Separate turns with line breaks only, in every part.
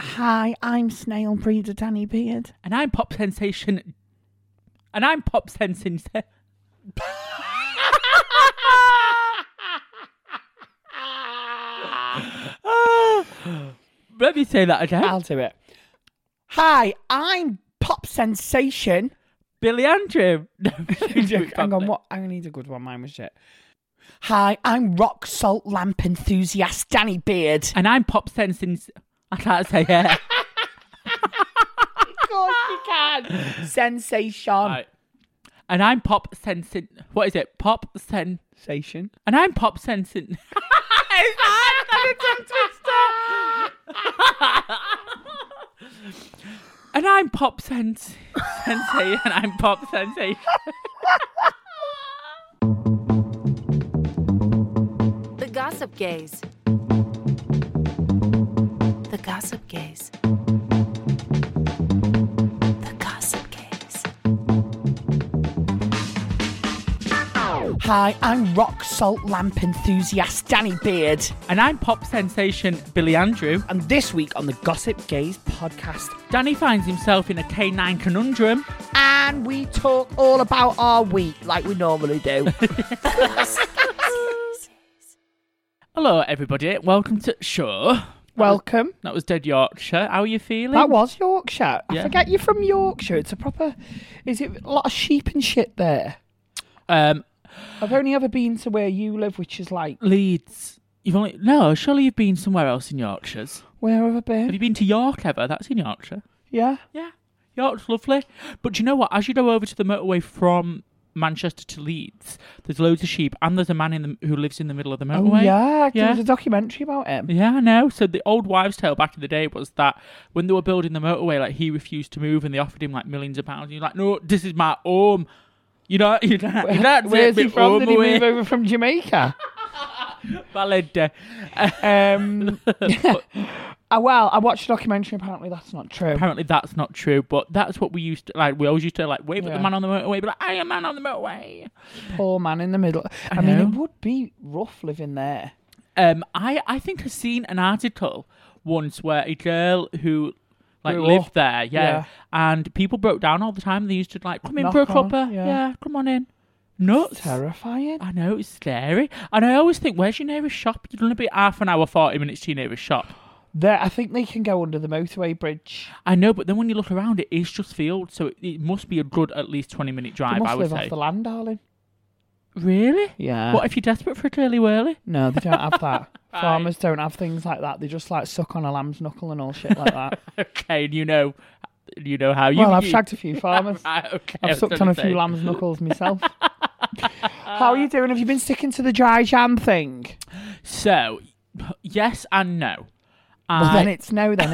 Hi, I'm snail breeder Danny Beard.
And I'm pop sensation. And I'm pop sensing. Let me say that again.
I'll do it. Hi, I'm pop sensation.
Billy Andrew. No,
Hang on, what? I need a good one. Mine was shit. Hi, I'm rock salt lamp enthusiast Danny Beard.
And I'm pop sensing. I can't say it.
Of course you can. Sensation.
Right. And I'm pop sensing. What is it? Pop sen.
Sensation.
And I'm pop sensing. and I'm pop sense sensei, and I'm pop sensei.
The Gossip Gaze. The Gossip Gaze. The Gossip Gaze.
Hi, I'm rock salt lamp enthusiast Danny Beard.
And I'm pop sensation Billy Andrew.
And this week on the Gossip Gaze podcast,
Danny finds himself in a canine conundrum.
and we talk all about our week like we normally do.
Hello, everybody. Welcome to Sure.
Welcome.
That was Dead Yorkshire. How are you feeling?
That was Yorkshire. I
Yeah.
forget you're from Yorkshire. It's a proper. Is it a lot of sheep and shit there?
um,
I've only ever been to where you live, which is like
Leeds. You've only no. Surely you've been somewhere else in Yorkshire's.
where have I
Have
been?
you been to York ever? That's in Yorkshire.
Yeah.
Yeah, York's lovely. But do you know what? As you go over to the motorway from Manchester to Leeds, there's loads of sheep, and there's a man in the, who lives in the middle of the
Oh
motorway.
yeah. There
yeah.
was a documentary about him.
Yeah, I know. So the old wives' tale back in the day was that when they were building the motorway, like he refused to move, and they offered him like millions of pounds. And you're like, no, this is my home. You know, you know, you know
Where's he from? Did he move over from Jamaica?
Valid.
Um, uh, well, I watched a documentary. Apparently, that's not true.
Apparently that's not true, but that's what we used to like. We always used to like wave at
Yeah.
the man on the motorway, be like, "I am man on the motorway."
Poor man in the middle. I,
I
mean, it
know.
would be rough living there.
Um, I I think I've seen an article once where a girl who like
Grew
lived
up.
there, yeah,
Yeah.
and people broke down all the time. They used to like come in
Knock
for a
on,
cuppa,
yeah.
yeah. come on in. Nuts.
Terrifying.
I know it's scary, and I always think, "Where's your nearest shop?" You're gonna be half an hour, forty minutes to your nearest shop.
There, I think they can go under the motorway bridge.
I know, but then when you look around, it is just fields, so it, it must be a good at least twenty minute
They
drive.
must
I would
live
say.
off the land, darling.
Really?
Yeah.
What if you're desperate for a curly whirly?
No, they don't have that. Farmers don't have things like that. They just like suck on a lamb's knuckle and all shit like that.
okay, and you know, you know how you.
well, I've
you-
shagged a few farmers.
Right, okay, I
I've
was
sucked on
gonna
a few
say.
lamb's knuckles myself. How are you doing? Have you been sticking to the dry jam thing?
So, yes and no.
Well,
I-
then it's no, then,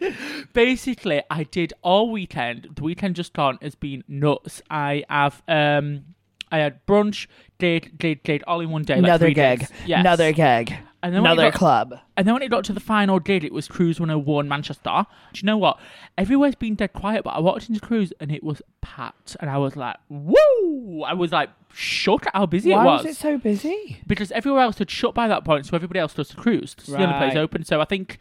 isn't it?
basically, I did all weekend. The weekend just gone has been nuts. I have um, I had brunch, did did did all in one day. like
Another
three
gig.
days. Yes.
Another gig.
And then when
Another
it got-
club.
And then when it got to the final did, it was Cruise 101 Manchester. Do you know what? Everywhere's been dead quiet, but I walked into Cruise and it was packed. And I was like, woo! I was like, shook at how busy
Why
it was.
was it so busy?
because everywhere else had shut by that point, so everybody else just cruised. It's The only place
Right.
open, so I think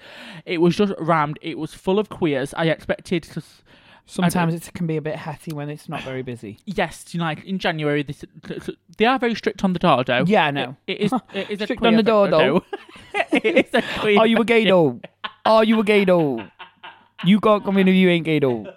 it was just rammed. It was full of queers. I expected to. s-
Sometimes it can be a bit hetty when it's not very busy.
Yes, you know, like in January, this, they are very strict on the dodo.
Yeah, I know.
It is, it is a
Strict
queer
on the dodo.
it is a queer
Are you a gay doll? Are you a gay doll? You can't come in if you ain't gay doll.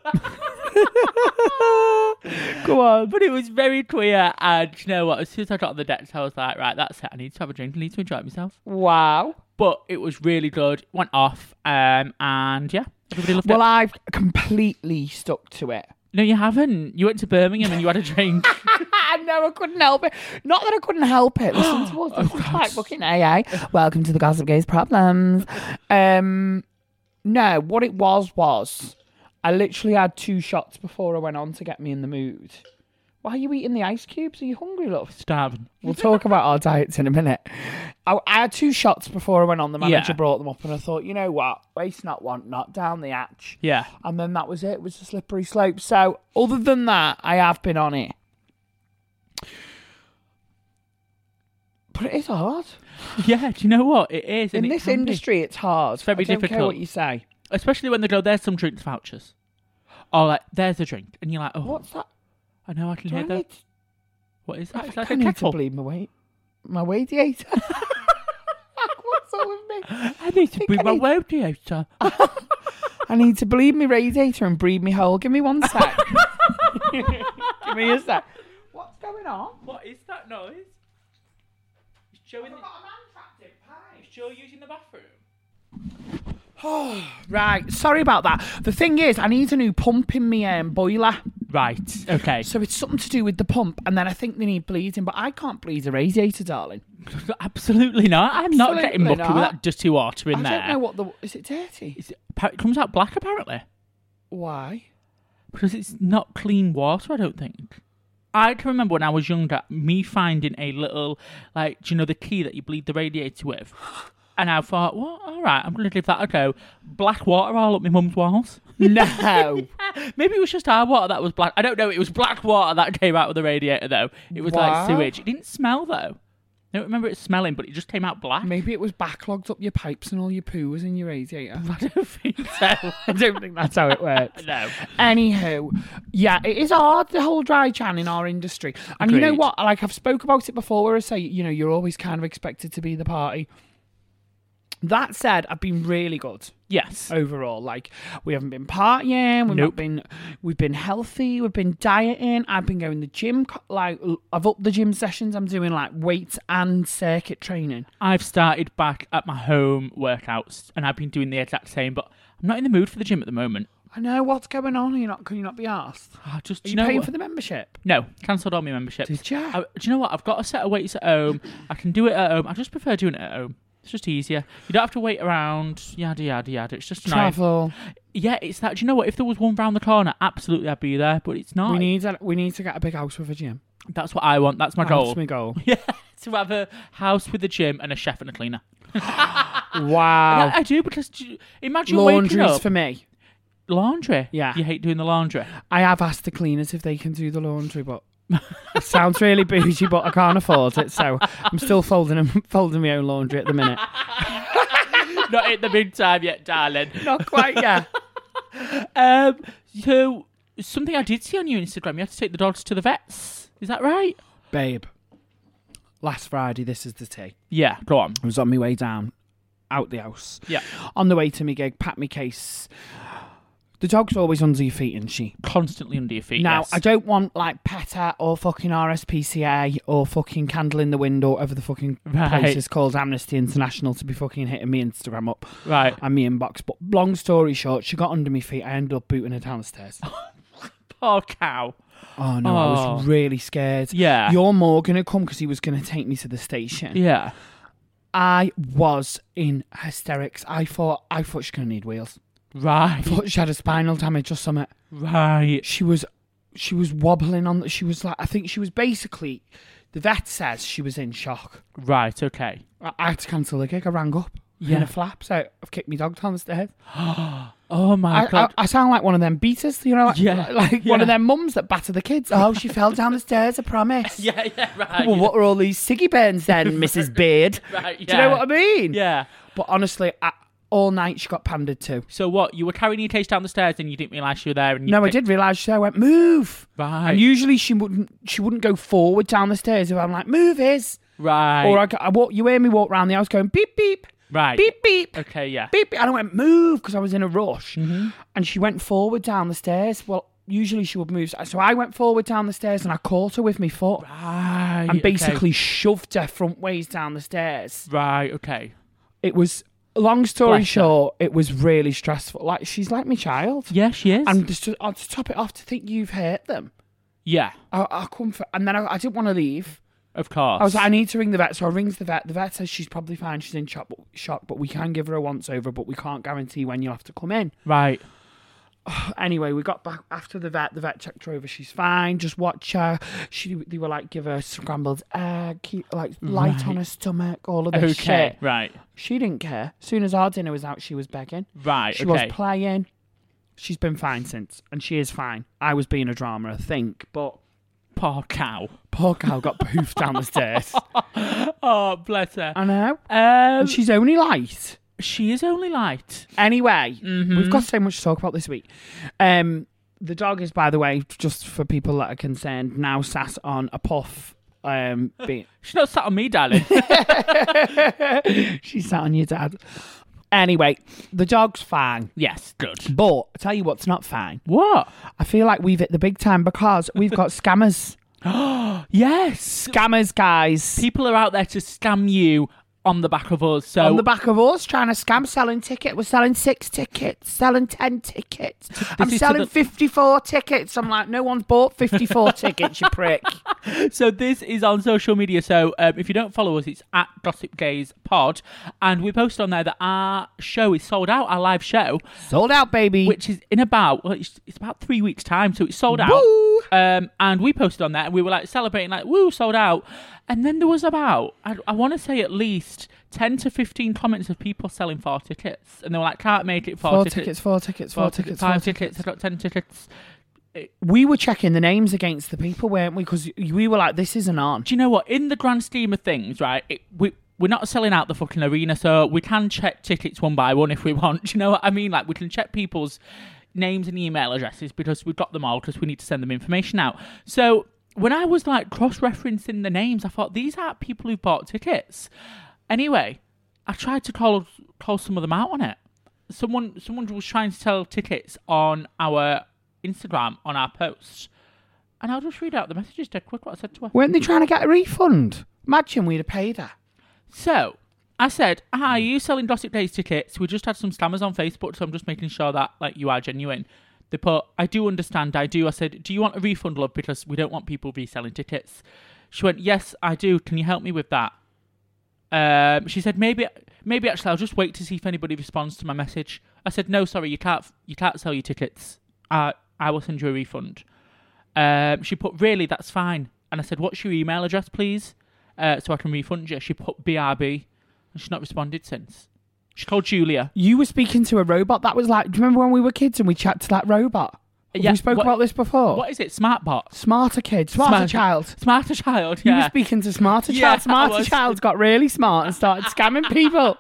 Come on. But it was very queer. And you know what? As soon as I got on the decks, I was like, right, that's it. I need to have a drink. I need to enjoy myself.
Wow.
But it was really good. Went off. Um, and yeah, everybody loved
Well,
it.
I've completely stuck to it.
No, you haven't. You went to Birmingham and you had a drink.
Ah, no, I couldn't help it. Not that I couldn't help it. Listen to us. This is like fucking AA. Welcome to the Gossip Gays Problems. Um, no, what it was was I literally had two shots before I went on to get me in the mood. Why are you eating the ice cubes? Are you hungry, love?
Starving.
We'll talk about our diets in a minute. I, I had two shots before I went on. The manager
Yeah.
brought them up, and I thought, you know what? Waste not, want not. Down the hatch.
Yeah.
And then that was it. It was a slippery slope. So, other than that, I have been on it. But it is hard.
Yeah, do you know what? It is. and
In
it
this
can be.
industry, it's hard. It's
very
I don't Care
difficult.
what you say.
Especially when they go, there's some drinks vouchers. Or like, there's a drink. And you're like, oh,
What's that?
I know I can
Do I
hear that.
need,
What is
I
that? Is
think
that
I
a
need to
kettle?
bleed my weight. My radiator. What's up with me?
I need to
think
bring
I
my
need-
radiator.
I need to bleed my radiator and breathe me whole. Give me one sec. Give me a sec. What's going on?
What is that noise? Is Joe, in the... Is Joe using the bathroom?
Right, sorry about that. The thing is, I need a new pump in my um, boiler.
Right. Okay.
So it's something to do with the pump, and then I think they need bleeding, but I can't bleed a radiator, darling.
Absolutely not. I'm not getting
Absolutely
lucky with
not.
that dirty water in
I
there.
don't know what the. Is it dirty?
It's- appa- It comes out black apparently
Why?
because it's not clean water. I don't think. I can remember when I was younger, me finding a little, like, do you know, the key that you bleed the radiator with. And I thought, well, all right, I'm going to give that a go. Black water all up my mum's walls.
No.
Maybe it was just our water that was black. I don't know. It was black water that came out of the radiator, though. It was
Wow.
like sewage. It didn't smell, though. I don't remember it smelling, but it just came out black.
Maybe it was backlogged up your pipes and all your poo was in your radiator.
I don't think so.
I don't think that's how it works.
no.
Anywho, yeah, it is hard the whole dry chan in our industry, and you know
Agreed.
what? Like I've spoke about it before, where I say you know you're always kind of expected to be the party. That said, I've been really good
Yes.
overall. Like we haven't been partying, we've not
Nope.
been, we've been healthy, we've been dieting. I've been going to the gym. co- Like l- I've upped the gym sessions. I'm doing like weights and circuit training.
I've started back at my home workouts, and I've been doing the exact same, but I'm not in the mood for the gym at the moment.
I know what's going on. Are you not? Can you not be asked? Are
I Ah, just, do
you,
you know
paying
what?
for the membership?
No, cancelled all my memberships.
Did ya?
I- do you know what? I've got a set of weights at home. I can do it at home. I just prefer doing it at home. It's just easier. You don't have to wait around. Yada yada yada. It's just nice.
Travel.
Yeah, it's that. Do you know what? If there was one round the corner, absolutely, I'd be there. But it's not.
We need a, we need to get a big house with a gym.
That's what I want. That's my goal.
That's my goal.
Yeah, to have a house with a gym and a chef and a cleaner.
Wow.
I, I do because do you- imagine waking
Laundry's
up
for me.
laundry.
Yeah.
you hate doing the laundry.
I have asked the cleaners if they can do the laundry, but it sounds really bougie, but I can't afford it, so I'm still folding 'em- folding my own laundry at the minute.
Not in the meantime yet, darling.
Not quite yet.
Um, so something I did see on your Instagram, you had to take the dogs to the vets. Is that right?
Babe, last Friday, this is the tea.
Yeah, go on.
I was on my way down, out the house.
Yeah,
On the way to me gig, packed my case. The dog's always under your feet, isn't she?
constantly under your feet.
Now,
yes.
I don't want like PETA or fucking RSPCA or fucking Candle in the Window, whatever the fucking
Right.
place is called, Amnesty International, to be fucking hitting me Instagram up
Right.
and me inbox. But long story short, she got under my feet. I ended up booting her downstairs.
Poor cow.
Oh no, I
Oh.
was really scared.
Yeah.
You're more going to come because he was going to take me to the station.
Yeah.
I was in hysterics. I thought, I thought she going to need wheels.
Right.
I thought she had a spinal damage or something.
Right.
she was she was wobbling on she was like i think she was basically the vet says she was in shock
Right. Okay.
i, I had to cancel the gig i rang up in
Yeah.
a flap so i've kicked my dog down the stairs
Oh my
I, I,
god.
I sound like one of them beaters you know like,
Yeah,
like one of
yeah.
them mums that batter the kids oh she fell down the stairs i promise
yeah. Yeah. Right.
well what are all these ciggy burns then mrs beard
Right,
do you know
yeah.
what i mean
Yeah.
but honestly I, all night she got pandered to.
So what? You were carrying your case down the stairs and you didn't realise you were there. And you
No, I
picked-
did realise. So I went, move.
Right.
And usually she wouldn't. She wouldn't go forward down the stairs. If I'm like, move is.
Right.
Or I, go- I walk. You hear me walk round the house going beep beep.
Right.
Beep beep.
Okay, yeah. Mm-hmm.
Beep beep. And I went move because I was in a rush. And she went forward down the stairs. Well, usually she would move. So I went forward down the stairs and I caught her with my foot
Right.
and
okay.
basically shoved her front ways down the stairs.
Right. Okay.
It was long story
Bless her.
short. It was really stressful. Like she's like my child.
Yeah, she is.
And just to, oh, to top it off, to think you've hurt them.
yeah.
I, I come for, and then I, I didn't want to leave.
Of course.
I was like, I need to ring the vet. So I rings the vet. The vet says she's probably fine. She's in shock, shock but we can give her a once over, but we can't guarantee when you'll have to come in.
right.
Anyway, we got back after the vet. The vet checked her over. She's fine. Just watch her. She, they were like, give her scrambled egg, keep like light on her stomach, all of this
Okay.
shit.
Right.
She didn't care. soon as our dinner was out, she was begging.
Right.
She
okay.
was playing. She's been fine since, and she is fine. I was being a drama, I think, but
Poor cow.
poor cow got poofed down the stairs.
Oh, bless her.
I know.
Um,
And she's only light.
she is only light.
Anyway, we've got so much to talk about this week. Um, the dog is, by the way, just for people that are concerned, now sat on a puff. Um, be-
She's not sat on me, darling.
she sat on your dad. Anyway, the dog's fine.
yes. Good.
But I tell you what's not fine.
What?
I feel like we've hit the big time because we've got scammers.
Yes.
Scammers, guys.
People are out there to scam you on the back of us. So
on the back of us trying to scam selling ticket. We're selling six tickets, selling ten tickets. I'm
is to
selling
the-
54 tickets. I'm like, no one's bought 54 tickets, you prick.
So this is on social media. So um, if you don't follow us, it's at Gossip Gaze Pod, and we post on there that our show is sold out, our live show,
Sold out, baby.
which is in about well, it's, it's about three weeks' time. So it's sold out.
Woo!
Um, and we posted on there, and we were like celebrating, like woo, sold out. And then there was about I, I want to say at least ten to fifteen comments of people selling four tickets, and they were like, can't make it four,
four tickets, four tickets,
four
four tickets, four
five
tickets.
tickets. I got ten tickets.
We were checking the names against the people, weren't we? Because we were like, this isn't on.
do you know what? In the grand scheme of things, right, it, we we're not selling out the fucking arena, so we can check tickets one by one if we want. Do you know what I mean? Like we can check people's names and email addresses because we've got them all because we need to send them information out. So when I was like cross-referencing the names, I thought these are people who bought tickets. Anyway, I tried to call call some of them out on it. Someone someone was trying to sell tickets on our Instagram on our posts, and I'll just read out the messages dead quick. What I said to her.
Weren't they trying to get a refund? Imagine we'd have paid her.
So I said, "Hi, are you selling Gossip Days tickets? We just had some scammers on Facebook, so I'm just making sure that like you are genuine." They put, "I do understand, I do." I said, "Do you want a refund, love? Because we don't want people reselling tickets." She went, "Yes, I do. Can you help me with that?" Um, she said, "Maybe, maybe actually, I'll just wait to see if anybody responds to my message." I said, "No, sorry, you can't, you can't sell your tickets. I, I will send you a refund." Um, she put, really, that's fine. And I said, what's your email address, please? Uh, so I can refund you. She put BRB and she's not responded since. She called Julia.
You were speaking to a robot. That was like, do you remember when we were kids and we chat to that robot?
Yeah,
we spoke
what-
about this before.
What is it? Smartbot.
Smarter kid, smarter child.
Smarter child,
You
yeah.
were speaking to Smarter
Yeah, I
Child. Smarter
was.
Child got really smart and started scamming people.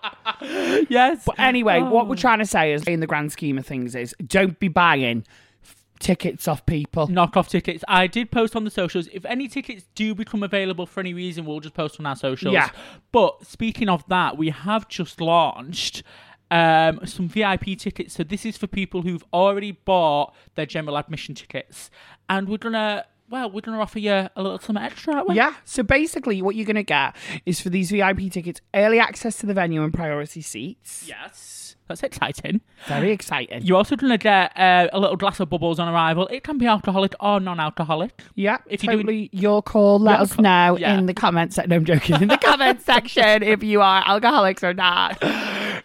yes. Oh.
But anyway, what we're trying to say is, in the grand scheme of things, is don't be buying f- tickets off people.
Knock off tickets. I did post on the socials. If any tickets do become available for any reason, we'll just post on our socials.
Yeah.
But speaking of that, we have just launched um, some VIP tickets. So this is for people who've already bought their general admission tickets, and we're gonna well, we're gonna offer you a little something extra. Aren't we?
Yeah. So basically, what you're going to get is for these VIP tickets, early access to the venue and priority seats.
Yes. That's exciting.
Very exciting.
You're also going to get uh, a little glass of bubbles on arrival. It can be alcoholic or non-alcoholic.
yeah,
If you do-
totally your call. Let
Your
us
call.
know
Yeah.
in the comments. No, I'm joking. In the comment section if you are alcoholics or not.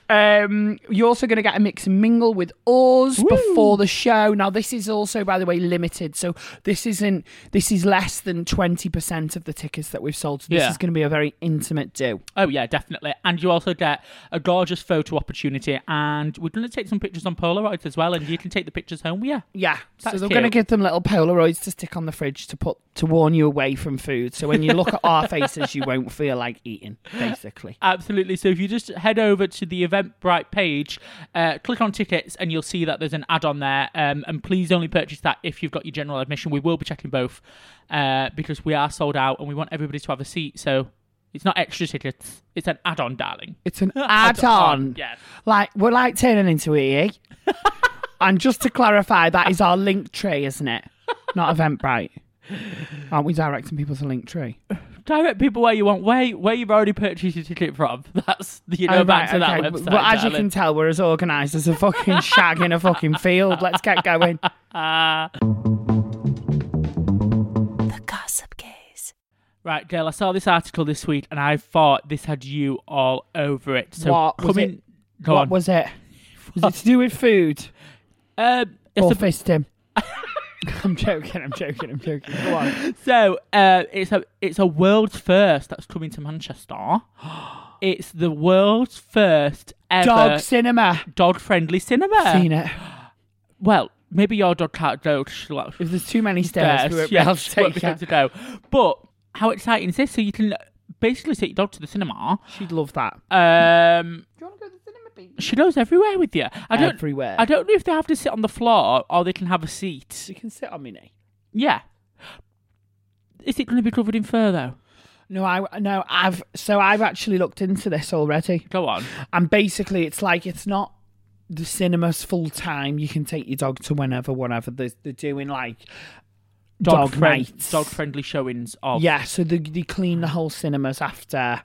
Um, you're also going to get a mix and mingle with us before the show. Now, this is also, by the way, limited. So this isn't. This is less than twenty percent of the tickets that we've sold. So this
Yeah.
is going to be a very intimate do.
Oh yeah, definitely. And you also get a gorgeous photo opportunity, and we're going to take some pictures on Polaroids as well, and you can take the pictures home. Yeah.
Yeah. so
That's
they're going to
cute.
give them little Polaroids to stick on the fridge to put to warn you away from food. So when you look at our faces, you won't feel like eating. Basically.
Absolutely. So if you just head over to the Eventbrite page, uh, click on tickets, and you'll see that there's an ad on there. Um, and please only purchase that if you've got your general admission. We will be checking both uh, because we are sold out and we want everybody to have a seat. So it's not extra tickets, it's an add on, darling.
It's an add-on.
yeah.
Like we're like turning into EE. and just to clarify, that is our link tree, isn't it? Not Eventbrite. Aren't we directing people to link tree?
Direct people where you want, where, where you've already purchased your ticket from. That's, you know,
Oh,
back
right,
to
okay.
that website.
But as you
darling.
can tell, we're as organised as a fucking shag in a fucking field. Let's get going.
The Gossip Gaze.
Right, Gail, I saw this article this week and I thought this had you all over it. So
What was
coming, Go
what
on.
was it? Was it to do with food
Um, it's
or
a-
fisting? I'm joking. I'm joking. I'm joking. Go on.
so uh, it's a it's a world's first that's coming to Manchester. It's the world's first ever
Dog cinema.
friendly cinema.
Seen it.
Well, maybe your dog can't go. She'll have
If there's too many stairs, we won't be
yeah,
able to
she won't
take
be able
her.
to go. But how exciting is this? So you can basically take your dog to the cinema.
She'd love that.
Um, she goes everywhere with you. I don't,
Everywhere.
I don't know if they have to sit on the floor or they can have a seat.
She can sit on me knee.
Yeah. Is it going to be covered in fur though?
No, I no, I've so I've actually looked into this already,
Go on.
and basically it's like it's not the cinemas full time. You can take your dog to whenever, whatever they're, they're doing, like dog,
friend-
nights.
dog friendly showings of
Yeah, so they, they clean the whole cinemas after.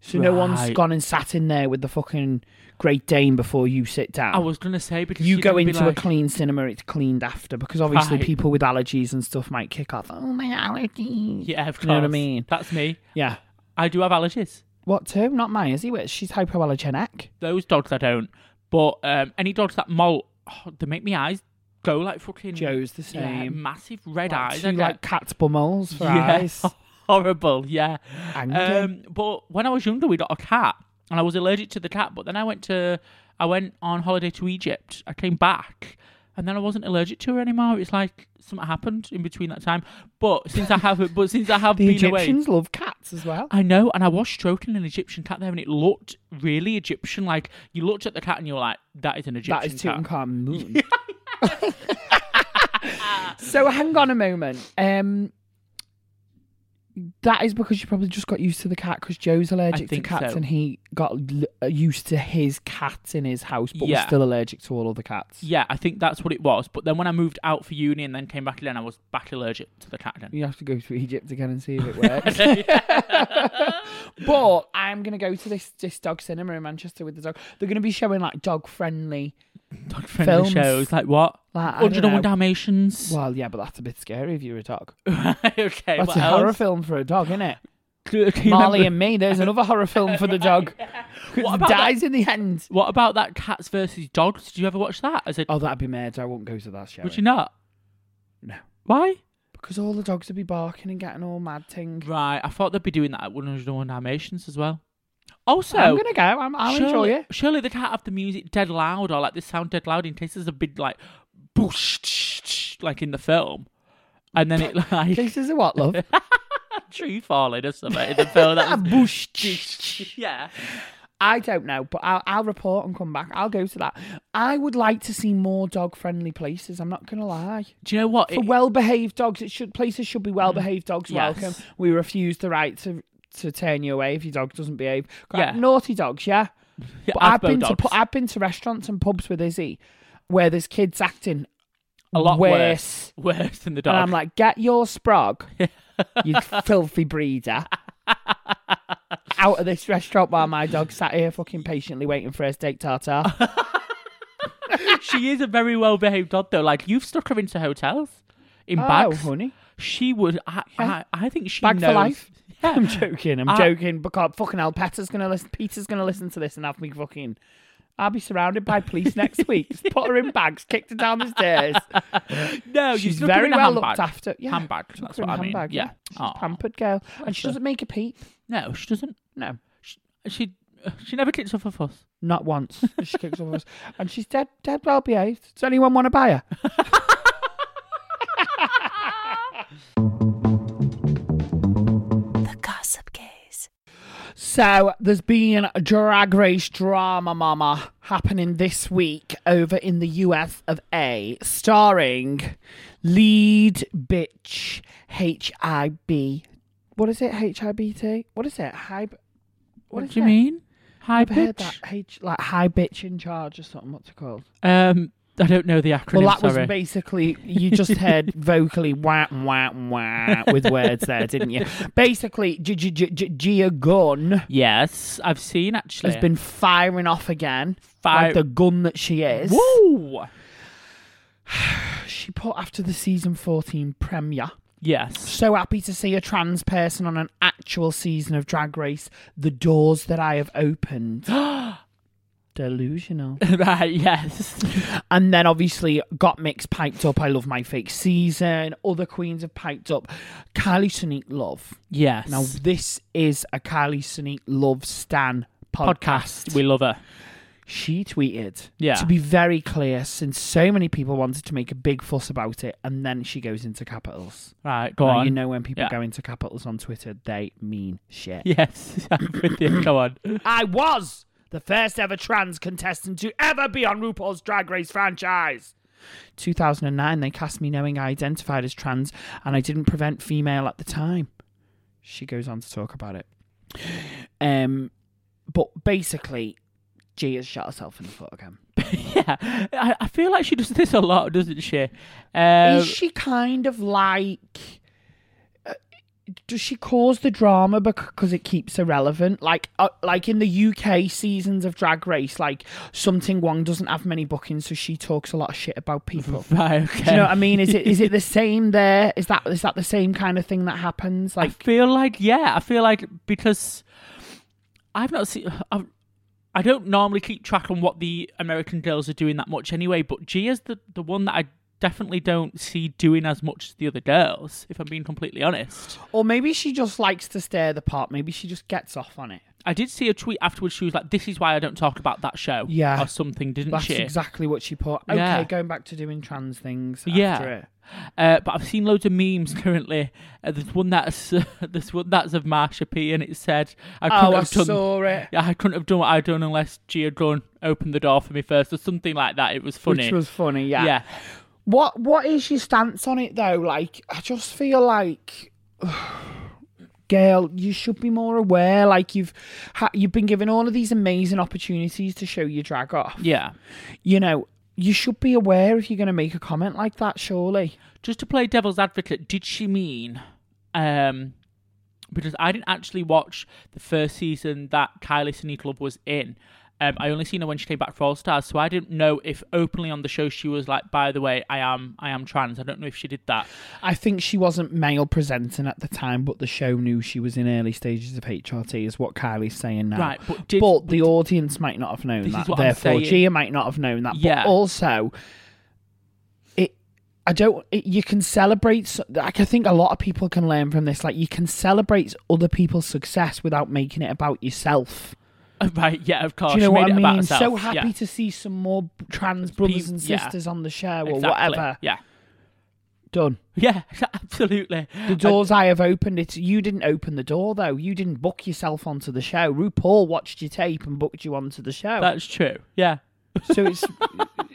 So no one's
Right.
gone and sat in there with the fucking Great Dane before you sit down.
I was going to say because
you
you're
go
gonna be
into
like,
a clean cinema, it's cleaned after because obviously
Right.
people with allergies and stuff might kick off. Oh my allergies!
Yeah, of course.
You know what I mean?
That's me.
Yeah.
I do have allergies.
What too? Not mine, is he? Wait, She's hypoallergenic.
Those dogs I don't. But um, any dogs that molt, oh, they make me eyes go like fucking.
Joe's the
Yeah,
same.
massive red
Like
eyes.
two,
I get.
like cat's bummels for
Yeah,
eyes.
horrible. Yeah.
And,
Um, but when I was younger, we got a cat, and I was allergic to the cat. But then I went to, I went on holiday to Egypt. I came back, and then I wasn't allergic to her anymore. It's like something happened in between that time. But since I have, but since I have
The
been away.
Egyptians love cats as well.
I know, and I was stroking an Egyptian cat there, and it looked really Egyptian. Like you looked at the cat, and you were like, "That is an Egyptian
That is
cat."
Tutankhamun Moon. so hang on a moment. Um, that is because you probably just got used to the cat because Joe's allergic to
think
cats
so.
and he got l- uh, used to his cat in his house, but was
Yeah.
still allergic to all other cats.
Yeah, I think that's what it was. But then when I moved out for uni and then came back again, I was back allergic to the cat again.
You have to go to Egypt again and see if it works. but I'm gonna go to this this dog cinema in Manchester with the dog. They're gonna be showing like dog friendly.
dog
Films.
friendly shows like what?
Like, I don't
101
know.
Dalmatians.
Well, yeah, but that's a bit scary if you're a dog.
okay,
That's
what
a horror
else?
film for a dog, isn't it?
Can- can you
Marley
remember-
and me. There's another horror film for the dog. It
What about
dies in the end.
What about that cats versus dogs? Did you ever watch that? As a
Oh, that'd be murder. I won't go to that show.
would you not?
No.
Why?
Because all the dogs would be barking and getting all mad ting.
Right, I thought they'd be doing that at 101 Dalmatians as well. Also,
I'm gonna go. I'm, I'll enjoy
surely,
it.
Surely they can't have the music dead loud or like the sound dead loud in case there's a big like boosh like in the film, and then it like
This is a what, love?
tree falling or something in the film. That was,
Boosh.
yeah.
I don't know, but I'll, I'll report and come back. I'll go to that. I would like to see more dog-friendly places. I'm not gonna lie.
Do you know what?
For
It- Mm.
well-behaved dogs, it should places should be well-behaved dogs.
Yes.
Welcome. We refuse the right to to turn you away if your dog doesn't behave.
Yeah.
Naughty dogs, yeah.
Yeah,
But I've
Asbo
been to
dogs.
pu- I've been to restaurants and pubs with Izzy, where there's kids acting
a lot
worse.
worse. Worse than the dog.
and I'm like, get your sprog, you filthy breeder, out of this restaurant while my dog sat here fucking patiently waiting for her steak tartare.
she is a very well behaved dog though. Like you've stuck her into hotels in
oh,
bags.
honey,
She would. I,
Yeah.
I, I think she
bag
knows.
for life.
Yeah.
I'm joking. I'm
I-
joking. Because fucking hell, Peter's gonna listen. Peter's gonna listen to this and have me fucking. I'll be surrounded by police next week. Just put her in bags, kicked her down the stairs.
No, you
she's
stuck her
very
Oh, in a
well
handbag.
looked after. Yeah,
Handbag.
stuck
That's
her in
what
a
I mean.
handbag,
yeah.
she's a
Aw.
pampered girl, and she doesn't make a peep.
No, she doesn't.
No,
She she never kicks off a fuss.
Not once. She kicks off us. And she's dead, dead well behaved. Does anyone want to buy her?
The Gossip Gaze.
So there's been a drag race drama mama happening this week over in the US of A, starring lead bitch H I B. What is it? H I B T? What is it? Hyb-
What,
is
do you
it?
mean? Hi,
I've heard that
bitch.
H like high bitch in charge or something. What's it called?
Um, I don't know the acronym.
Well, that
sorry.
was basically you just heard vocally wah wah wah with words there, didn't you? Basically, G- G- G- G- Gia Gunn
yes, I've seen actually.
has been firing off again,
Fire-
like the gun that she is.
Woo!
She put after the season fourteen premiere.
Yes.
So happy to see a trans person on an actual season of Drag Race. The doors that I have opened. Delusional.
right. Yes.
And then obviously got mixed piped up. I love my fake season. Other queens have piped up. Kylie Sonique Love.
Yes.
Now this is a Kylie Sonique Love Stan podcast.
We love her.
she tweeted.
Yeah.
To be very clear, since so many people wanted to make a big fuss about it, and then she goes into capitals.
Right. Go
Now,
on.
You know when people
Yeah.
go into capitals on Twitter, they mean shit.
Yes. I'm with you. Go on.
I was the first ever trans contestant to ever be on RuPaul's Drag Race franchise. 2009, they cast me knowing I identified as trans and I didn't prevent female at the time. She goes on to talk about it. Um, but basically, G has shot herself in the foot again.
yeah. I, I feel like she does this a lot, doesn't she? Um,
Is she kind of like? uh, Does she cause the drama because it keeps her relevant? Like, uh, like in the UK seasons of Drag Race, like something Wong doesn't have many bookings, so she talks a lot of shit about people.
Right.
Do
Okay.
you know what I mean? Is it is it the same there? Is that is that the same kind of thing that happens?
I
Like,
feel like yeah, I feel like because I've not seen. I've, I don't normally keep track on what the American girls are doing that much anyway, but Gia's the the one that I definitely don't see doing as much as the other girls. If I'm being completely honest,
or maybe she just likes to stare the part. Maybe she just gets off on it.
I did see a tweet afterwards. She was like, "This is why I don't talk about that show."
Yeah.
or something, didn't
That's
she?
exactly what she put. Okay,
Yeah.
going back to doing trans things.
Yeah.
After it.
Uh, but I've seen loads of memes currently. Uh, there's one that's there's one that's of Marsha P, and it said, "I couldn't
Oh, I
have done
saw it.
Yeah, I couldn't have done what I'd done unless Gia Gunn opened the door for me first or something like that. It was funny.
Which was funny,
yeah.
What what is your stance on it though? Like, I just feel like, girl, you should be more aware. Like you've ha- you've been given all of these amazing opportunities to show your drag off.
Yeah.
You know, you should be aware if you're going to make a comment like that. Surely,
Just to play devil's advocate, did she mean um because I didn't actually watch the first season that Kylie Sinead Club was in. Um, I only seen her when she came back for All Stars, so I didn't know if openly on the show she was like, "By the way, I am, I am trans." I don't know if she did that.
I think she wasn't male presenting at the time, but the show knew she was in early stages of HRT. Is what Kylie's saying now.
Right, but did-
But
but
the
did-
audience might not have known
This
that.
is what I'm
Therefore,
saying.
Gia might not have known that.
Yeah.
But also, it. I don't. It, you can celebrate. s- Like I think a lot of people can learn from this. Like you can celebrate other people's success without making it about yourself.
right? Yeah, of course.
Do you know
she made
what I
it about
mean?
herself.
So happy
yeah.
to see some more trans brothers and
yeah.
sisters on the show or
Exactly.
whatever.
Yeah,
Done.
yeah, absolutely.
The doors I have opened. It's you didn't open the door though. You didn't book yourself onto the show. RuPaul watched your tape and booked you onto the show.
That's true. Yeah.
so it's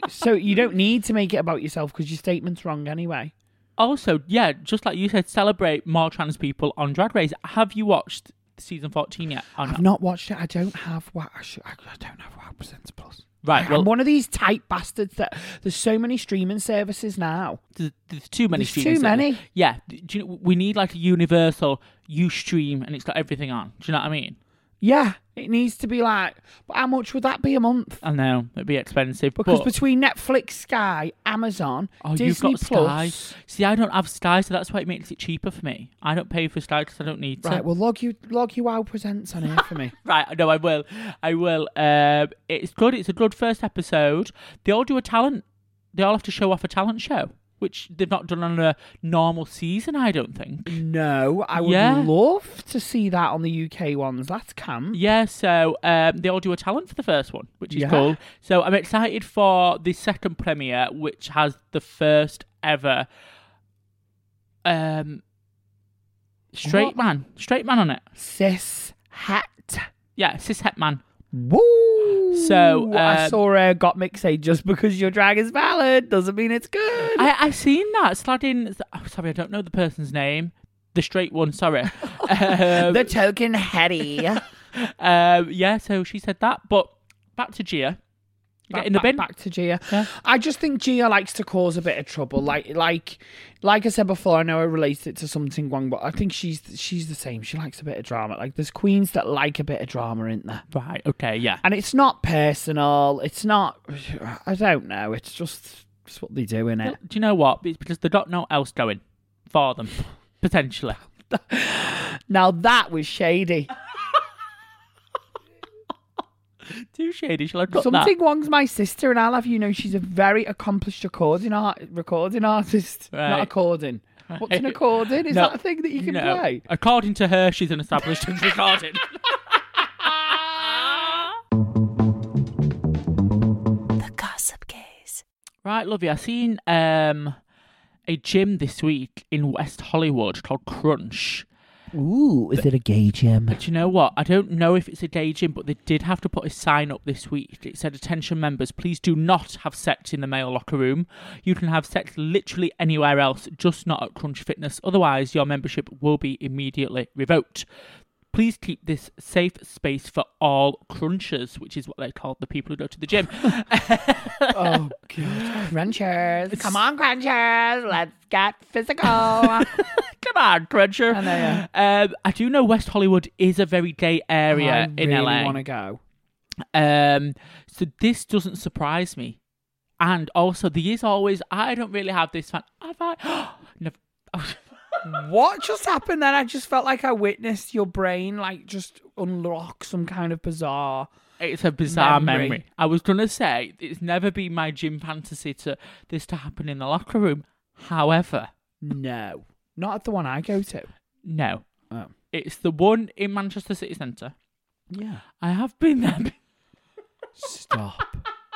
so you don't need to make it about yourself because your statement's wrong anyway.
Also, yeah, just like you said, celebrate more trans people on Drag Race. Have you watched season 14 yet? Or
I've not watched it. I don't have wow. I, should, I, I don't have wow presents plus.
Right, well-
I'm one of these tight bastards that there's so many streaming services now.
There's, there's too many
There's
streaming
too
services.
many.
Yeah. Do you know, we need like a universal you stream and it's got everything on. Do you know what I mean?
Yeah, it needs to be like. But how much would that be a month?
I know it'd be expensive.
Because
but,
between Netflix, Sky, Amazon,
oh,
Disney
you've got
Plus,
Sky. See, I don't have Sky, so that's why it makes it cheaper for me. I don't pay for Sky because I don't need to.
Right, well, log you log you out presents on here for me.
Right, no, I will. I will. Um, it's good. It's a good first episode. They all do a talent. They all have to show off a talent show, which they've not done on a normal season, I don't think.
Mm-hmm. No, I would
Yeah.
love to see that on the UK ones. That's camp.
Yeah, so um, they all do a talent for the first one, which is
Yeah.
cool. So I'm excited for the second premiere, which has the first ever um,
What?
straight man, straight man on it.
Cis hat.
Yeah, cis het man.
Woo!
So,
I
um,
saw a got mix say just because your drag is valid doesn't mean it's good.
I I seen that Sladin. Oh, sorry, I don't know the person's name. The straight one. Sorry. um,
the token Hetty.
um, yeah. So she said that. But back to Gia. You
back,
get in the
back-
bin.
back to Gia.
Yeah.
I just think Gia likes to cause a bit of trouble. Like like like I said before, I know I related it to something wrong, but I think she's she's the same. She likes a bit of drama. Like there's queens that like a bit of drama, isn't there?
Right. Okay. Yeah.
And it's not personal. It's not. I don't know. It's just it's what they do in it.
Uh, Do you know what? It's because they got no else going for them potentially.
Now that was shady.
Too shady. Shall I cut that?
Something wrong's my sister, and I'll have you know she's a very accomplished recording art recording artist. Not
Right.
according. What's an
Right.
according? Is
No.
that a thing that you can
No.
play?
According to her, she's an established and recorded.
The Gossip Gaze.
Right, lovey. I seen um a gym this week in West Hollywood called Crunch.
Ooh, is it a gay gym?
But you know what? I don't know if it's a day gym, but they did have to put a sign up this week. It said, "Attention members, please do not have sex in the male locker room. You can have sex literally anywhere else, just not at Crunch Fitness. Otherwise, your membership will be immediately revoked." Please keep this safe space for all crunchers, which is what they call the people who go to the gym.
Oh god, crunchers! Come on, crunchers! Let's get physical.
Come on, Cruncher.
I know,
Um, I do know West Hollywood is a very gay area
I
in
really
LA.
want to go.
Um, so this doesn't surprise me. And also, the is always, I don't really have this fan. Have I? Never.
What just happened then? I just felt like I witnessed your brain like just unlock some kind of bizarre.
It's a bizarre memory.
Memory.
I was going to say, it's never been my gym fantasy to this to happen in the locker room. However,
No, not at the one I go to.
no.
Oh.
It's the one in Manchester City Centre.
Yeah.
I have been there.
Stop.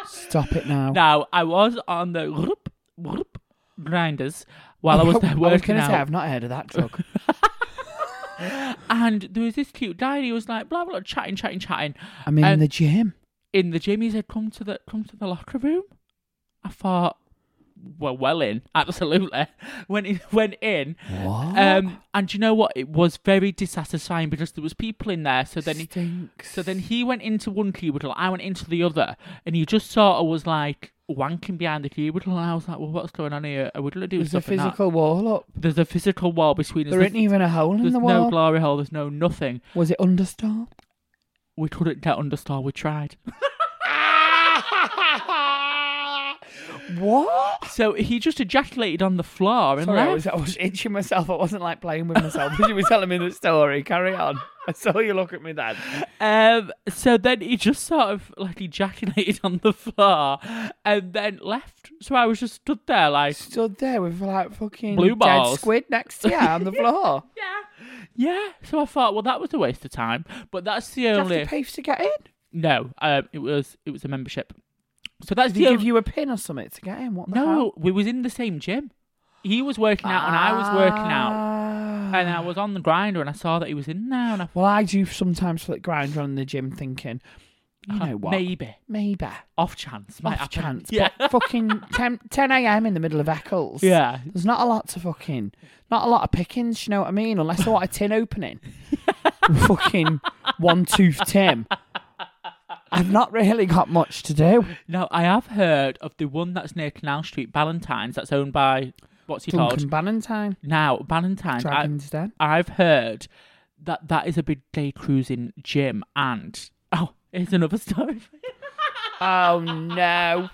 Stop it now.
Now I was on the whoop, whoop, grinders while I was there
I was
working
gonna say
out,
I've not heard of that drug.
and there was this cute guy. And he was like blah blah, chatting, chatting, chatting.
I'm in
Um,
the gym.
In the gym, he said, "Come to the come to the locker room." I thought, "Well, well in, absolutely." Went in, went in.
What?
Um, and do you know what? It was very dissatisfying because there was people in there. So then he
Stinks.
So then he went into one cubicle, I went into the other, and he just sort of was like wanking behind the cubicle, and I was like, "Well, what's going on here? Are we gonna do
There's a
stuff?" or not?"
physical wall up.
There's a physical wall between us.
There
there's
isn't even a hole in
there's
the
no
wall.
glory hole. There's no nothing.
Was it understaffed?
We couldn't get understar. We tried.
What?
So he just ejaculated on the floor and
Sorry, I was,
left.
I was itching myself. I wasn't like playing with myself. you were telling me the story. Carry on. I saw you look at me then.
Um, so then he just sort of like ejaculated on the floor and then left. So I was just stood there like,
Stood there with like fucking
Blue
dead
balls.
squid next to you on the floor.
yeah. So I thought, well, that was a waste of time. But that's the
Did you have
only.
to pay to get in?
No, um, it was it was a membership. So that's
Did he
the
give
only-
you a pin or something to get in? What the
no. We was in the same gym. He was working out and I was working out, and I was on the grinder and I saw that he was in there and I
Ah. Well, I do sometimes flip grind around the gym thinking, you
thought
know what?
maybe
Uh, Maybe.
off chance might
Off
happen.
chance.
Yeah,
But fucking 10, 10 a.m. in the middle of Eccles.
yeah.
There's not a lot to fucking, not a lot of pickings, you know what I mean? Unless I want a tin opening. fucking one tooth Tim. I've not really got much to do.
Now I have heard of the one that's near Canal Street, Ballantyne's, that's owned by what's he
Duncan
called
Bannantine,
now, Ballantyne's. I-
Dragon's Den.
I've heard that that is a big day cruising gym, and oh, here's another story.
Oh no.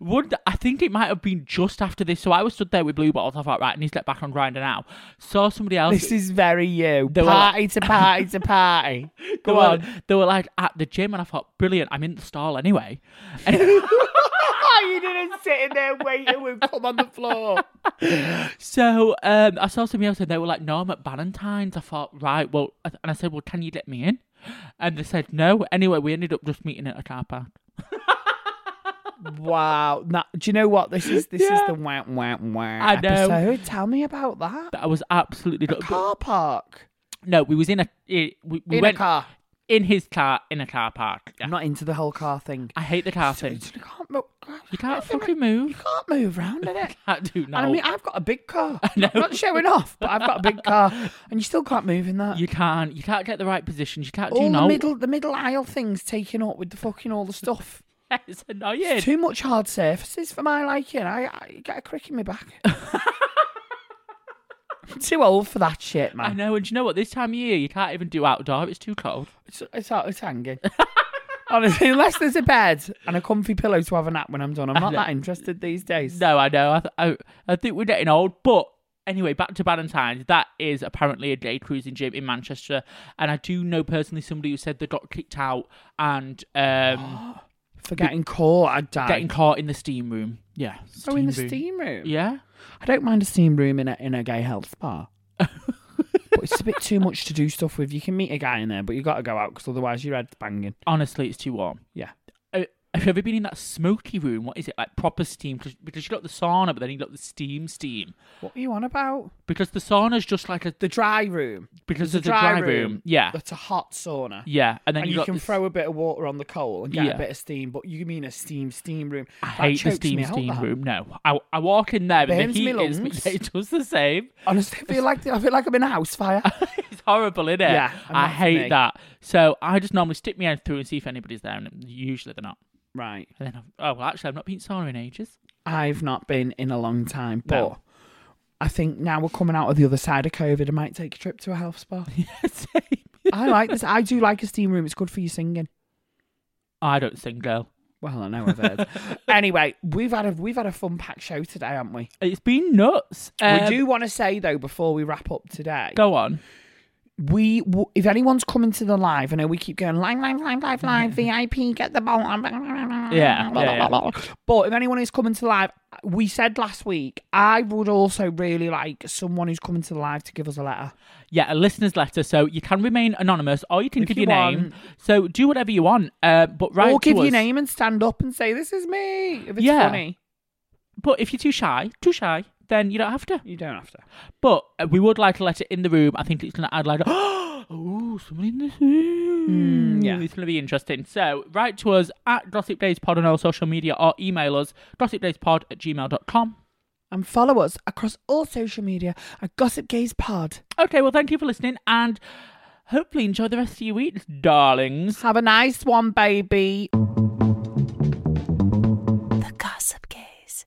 Would I think it might have been just after this? So I was stood there with blue bottles. I thought, right, I need to get back on grinder now. Saw somebody else.
This is very you.
They were
party to party to party.
they
Go
were,
on.
They were like at the gym, and I thought, brilliant. I'm in the stall anyway.
Oh, you didn't sit in there waiting with come on the floor.
So um, I saw somebody else, and they were like, no, I'm at Valentine's. I thought, right, well, and I said, well, can you let me in? And they said no. Anyway, we ended up just meeting at a car park.
Wow. Nah, do you know what? This is this is
Yeah.
the wah wah wah
I know.
episode. Tell me about that.
That I was absolutely.
Car park.
No, we was in a it, we, we
in
went
a car.
in his car in a car park. Yeah.
I'm not into the whole car thing.
I hate the car thing.
You can't move.
You can't fucking move.
You can't move around in it.
Can't do no.
And I mean, I've got a big car. I am not showing off, but I've got a big car, and you still can't move in that.
you can't. You can't get the right positions. You can't do
all
no.
the middle, the middle aisle things taken up with the fucking all the stuff.
It's annoying.
Too much hard surfaces for my liking. I, I get a crick in my back. I'm too old for that shit,
I
man.
know. And do you know what? This time of year, you can't even do outdoor. It's too cold.
It's it's, out- it's hanging. Honestly, unless there's a bed and a comfy pillow to have a nap when I'm done, I'm not that interested these days.
No, I know. I, th- I I think we're getting old. But anyway, back to Valentine's. That is apparently a day cruising gym in Manchester, and I do know personally somebody who said they got kicked out and um,
For getting caught, I'd die.
getting caught in the steam room. Yeah.
oh, in the
room.
steam room.
Yeah.
I don't mind a steam room in a in a gay health spa. but it's a bit too much to do stuff with. You can meet a guy in there, but you got to go out because otherwise your head's banging.
Honestly, it's too warm.
Yeah.
Uh, Have you ever been in that smoky room? What is it like? Proper steam 'Cause- because you got the sauna, but then you got the steam, steam
What are you on about?
because the sauna's just like a
The dry room.
because
There's
of the dry room. Yeah,
That's a hot sauna.
yeah, and then
And,
you,
you,
got
can
this-
throw a bit of water on the coal and get
Yeah.
a bit of steam, but you mean a steam steam room.
I
That
hate the
chokes me
steam
out,
steam
that.
room. No, I, I walk in there and the
Burns me
heat is
lungs.
yeah, it does the same.
Honestly, I feel like I feel like I'm in a house fire.
It's horrible, isn't it?
Yeah, and
I
that's
hate
me.
that. So I just normally stick my head through and see if anybody's there, and usually they're not.
right.
And then I'm, oh well, actually I've not been in sauna in ages.
I've not been in a long time, but
No.
I think now we're coming out of the other side of COVID. I might take a trip to a health spa. I like this. I do like a steam room. It's good for you singing.
I don't sing, girl.
Well, I know I've heard. anyway, we've had a we've had a fun packed show today, haven't we?
It's been nuts. Um,
we do want to say though before we wrap up today,
go on.
we w- if anyone's coming to the live, I know we keep going live, live, live, live, live, VIP, get the ball.
Yeah,
Yeah,
yeah,
But if anyone is coming to live, we said last week, I would also really like someone who's coming to the live to give us a letter.
Yeah, a listener's letter. So you can remain anonymous, or you can
If
give
you
your name. So do whatever you want. Uh, but right,
or give
to
your
us.
name and stand up and say, This is me. If it's
Yeah.
funny,
But if you're too shy, too shy, then you don't have to.
you don't have to.
But uh, we would like a letter in the room. I think it's going to add like, oh, somebody in this room.
yeah.
It's going to be interesting. So write to us at Gossip Days Pod on all social media or email us gossipdayspod at gmail.com.
And follow us across all social media at Gossip Gaze Pod.
Okay, well, thank you for listening and hopefully enjoy the rest of your week, darlings.
Have a nice one, baby.
The Gossip Gaze.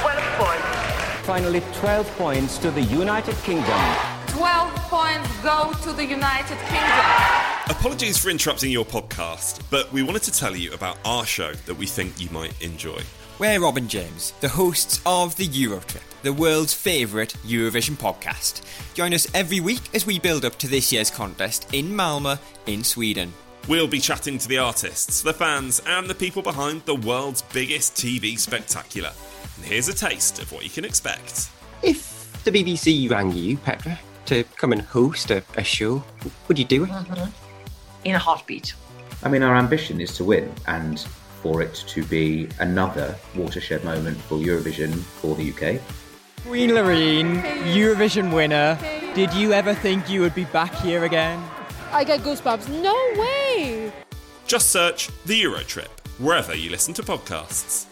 12 points.
Finally, 12 points to the United Kingdom.
12 points go to the United Kingdom.
Apologies for interrupting your podcast, but we wanted to tell you about our show that we think you might enjoy.
We're Robin James, the hosts of the Eurotrip, the world's favourite Eurovision podcast. Join us every week as we build up to this year's contest in Malmö, in Sweden.
We'll be chatting to the artists, the fans, and the people behind the world's biggest TV spectacular. And here's a taste of what you can expect.
If the BBC rang you, Petra, to come and host a, a show, would you do it?
In a heartbeat.
I mean, our ambition is to win and for it to be another watershed moment for Eurovision for the UK. Queen Loreen, Eurovision winner, did you ever think you would be back here again?
I get goosebumps. No way!
Just search The Euro Trip wherever you listen to podcasts.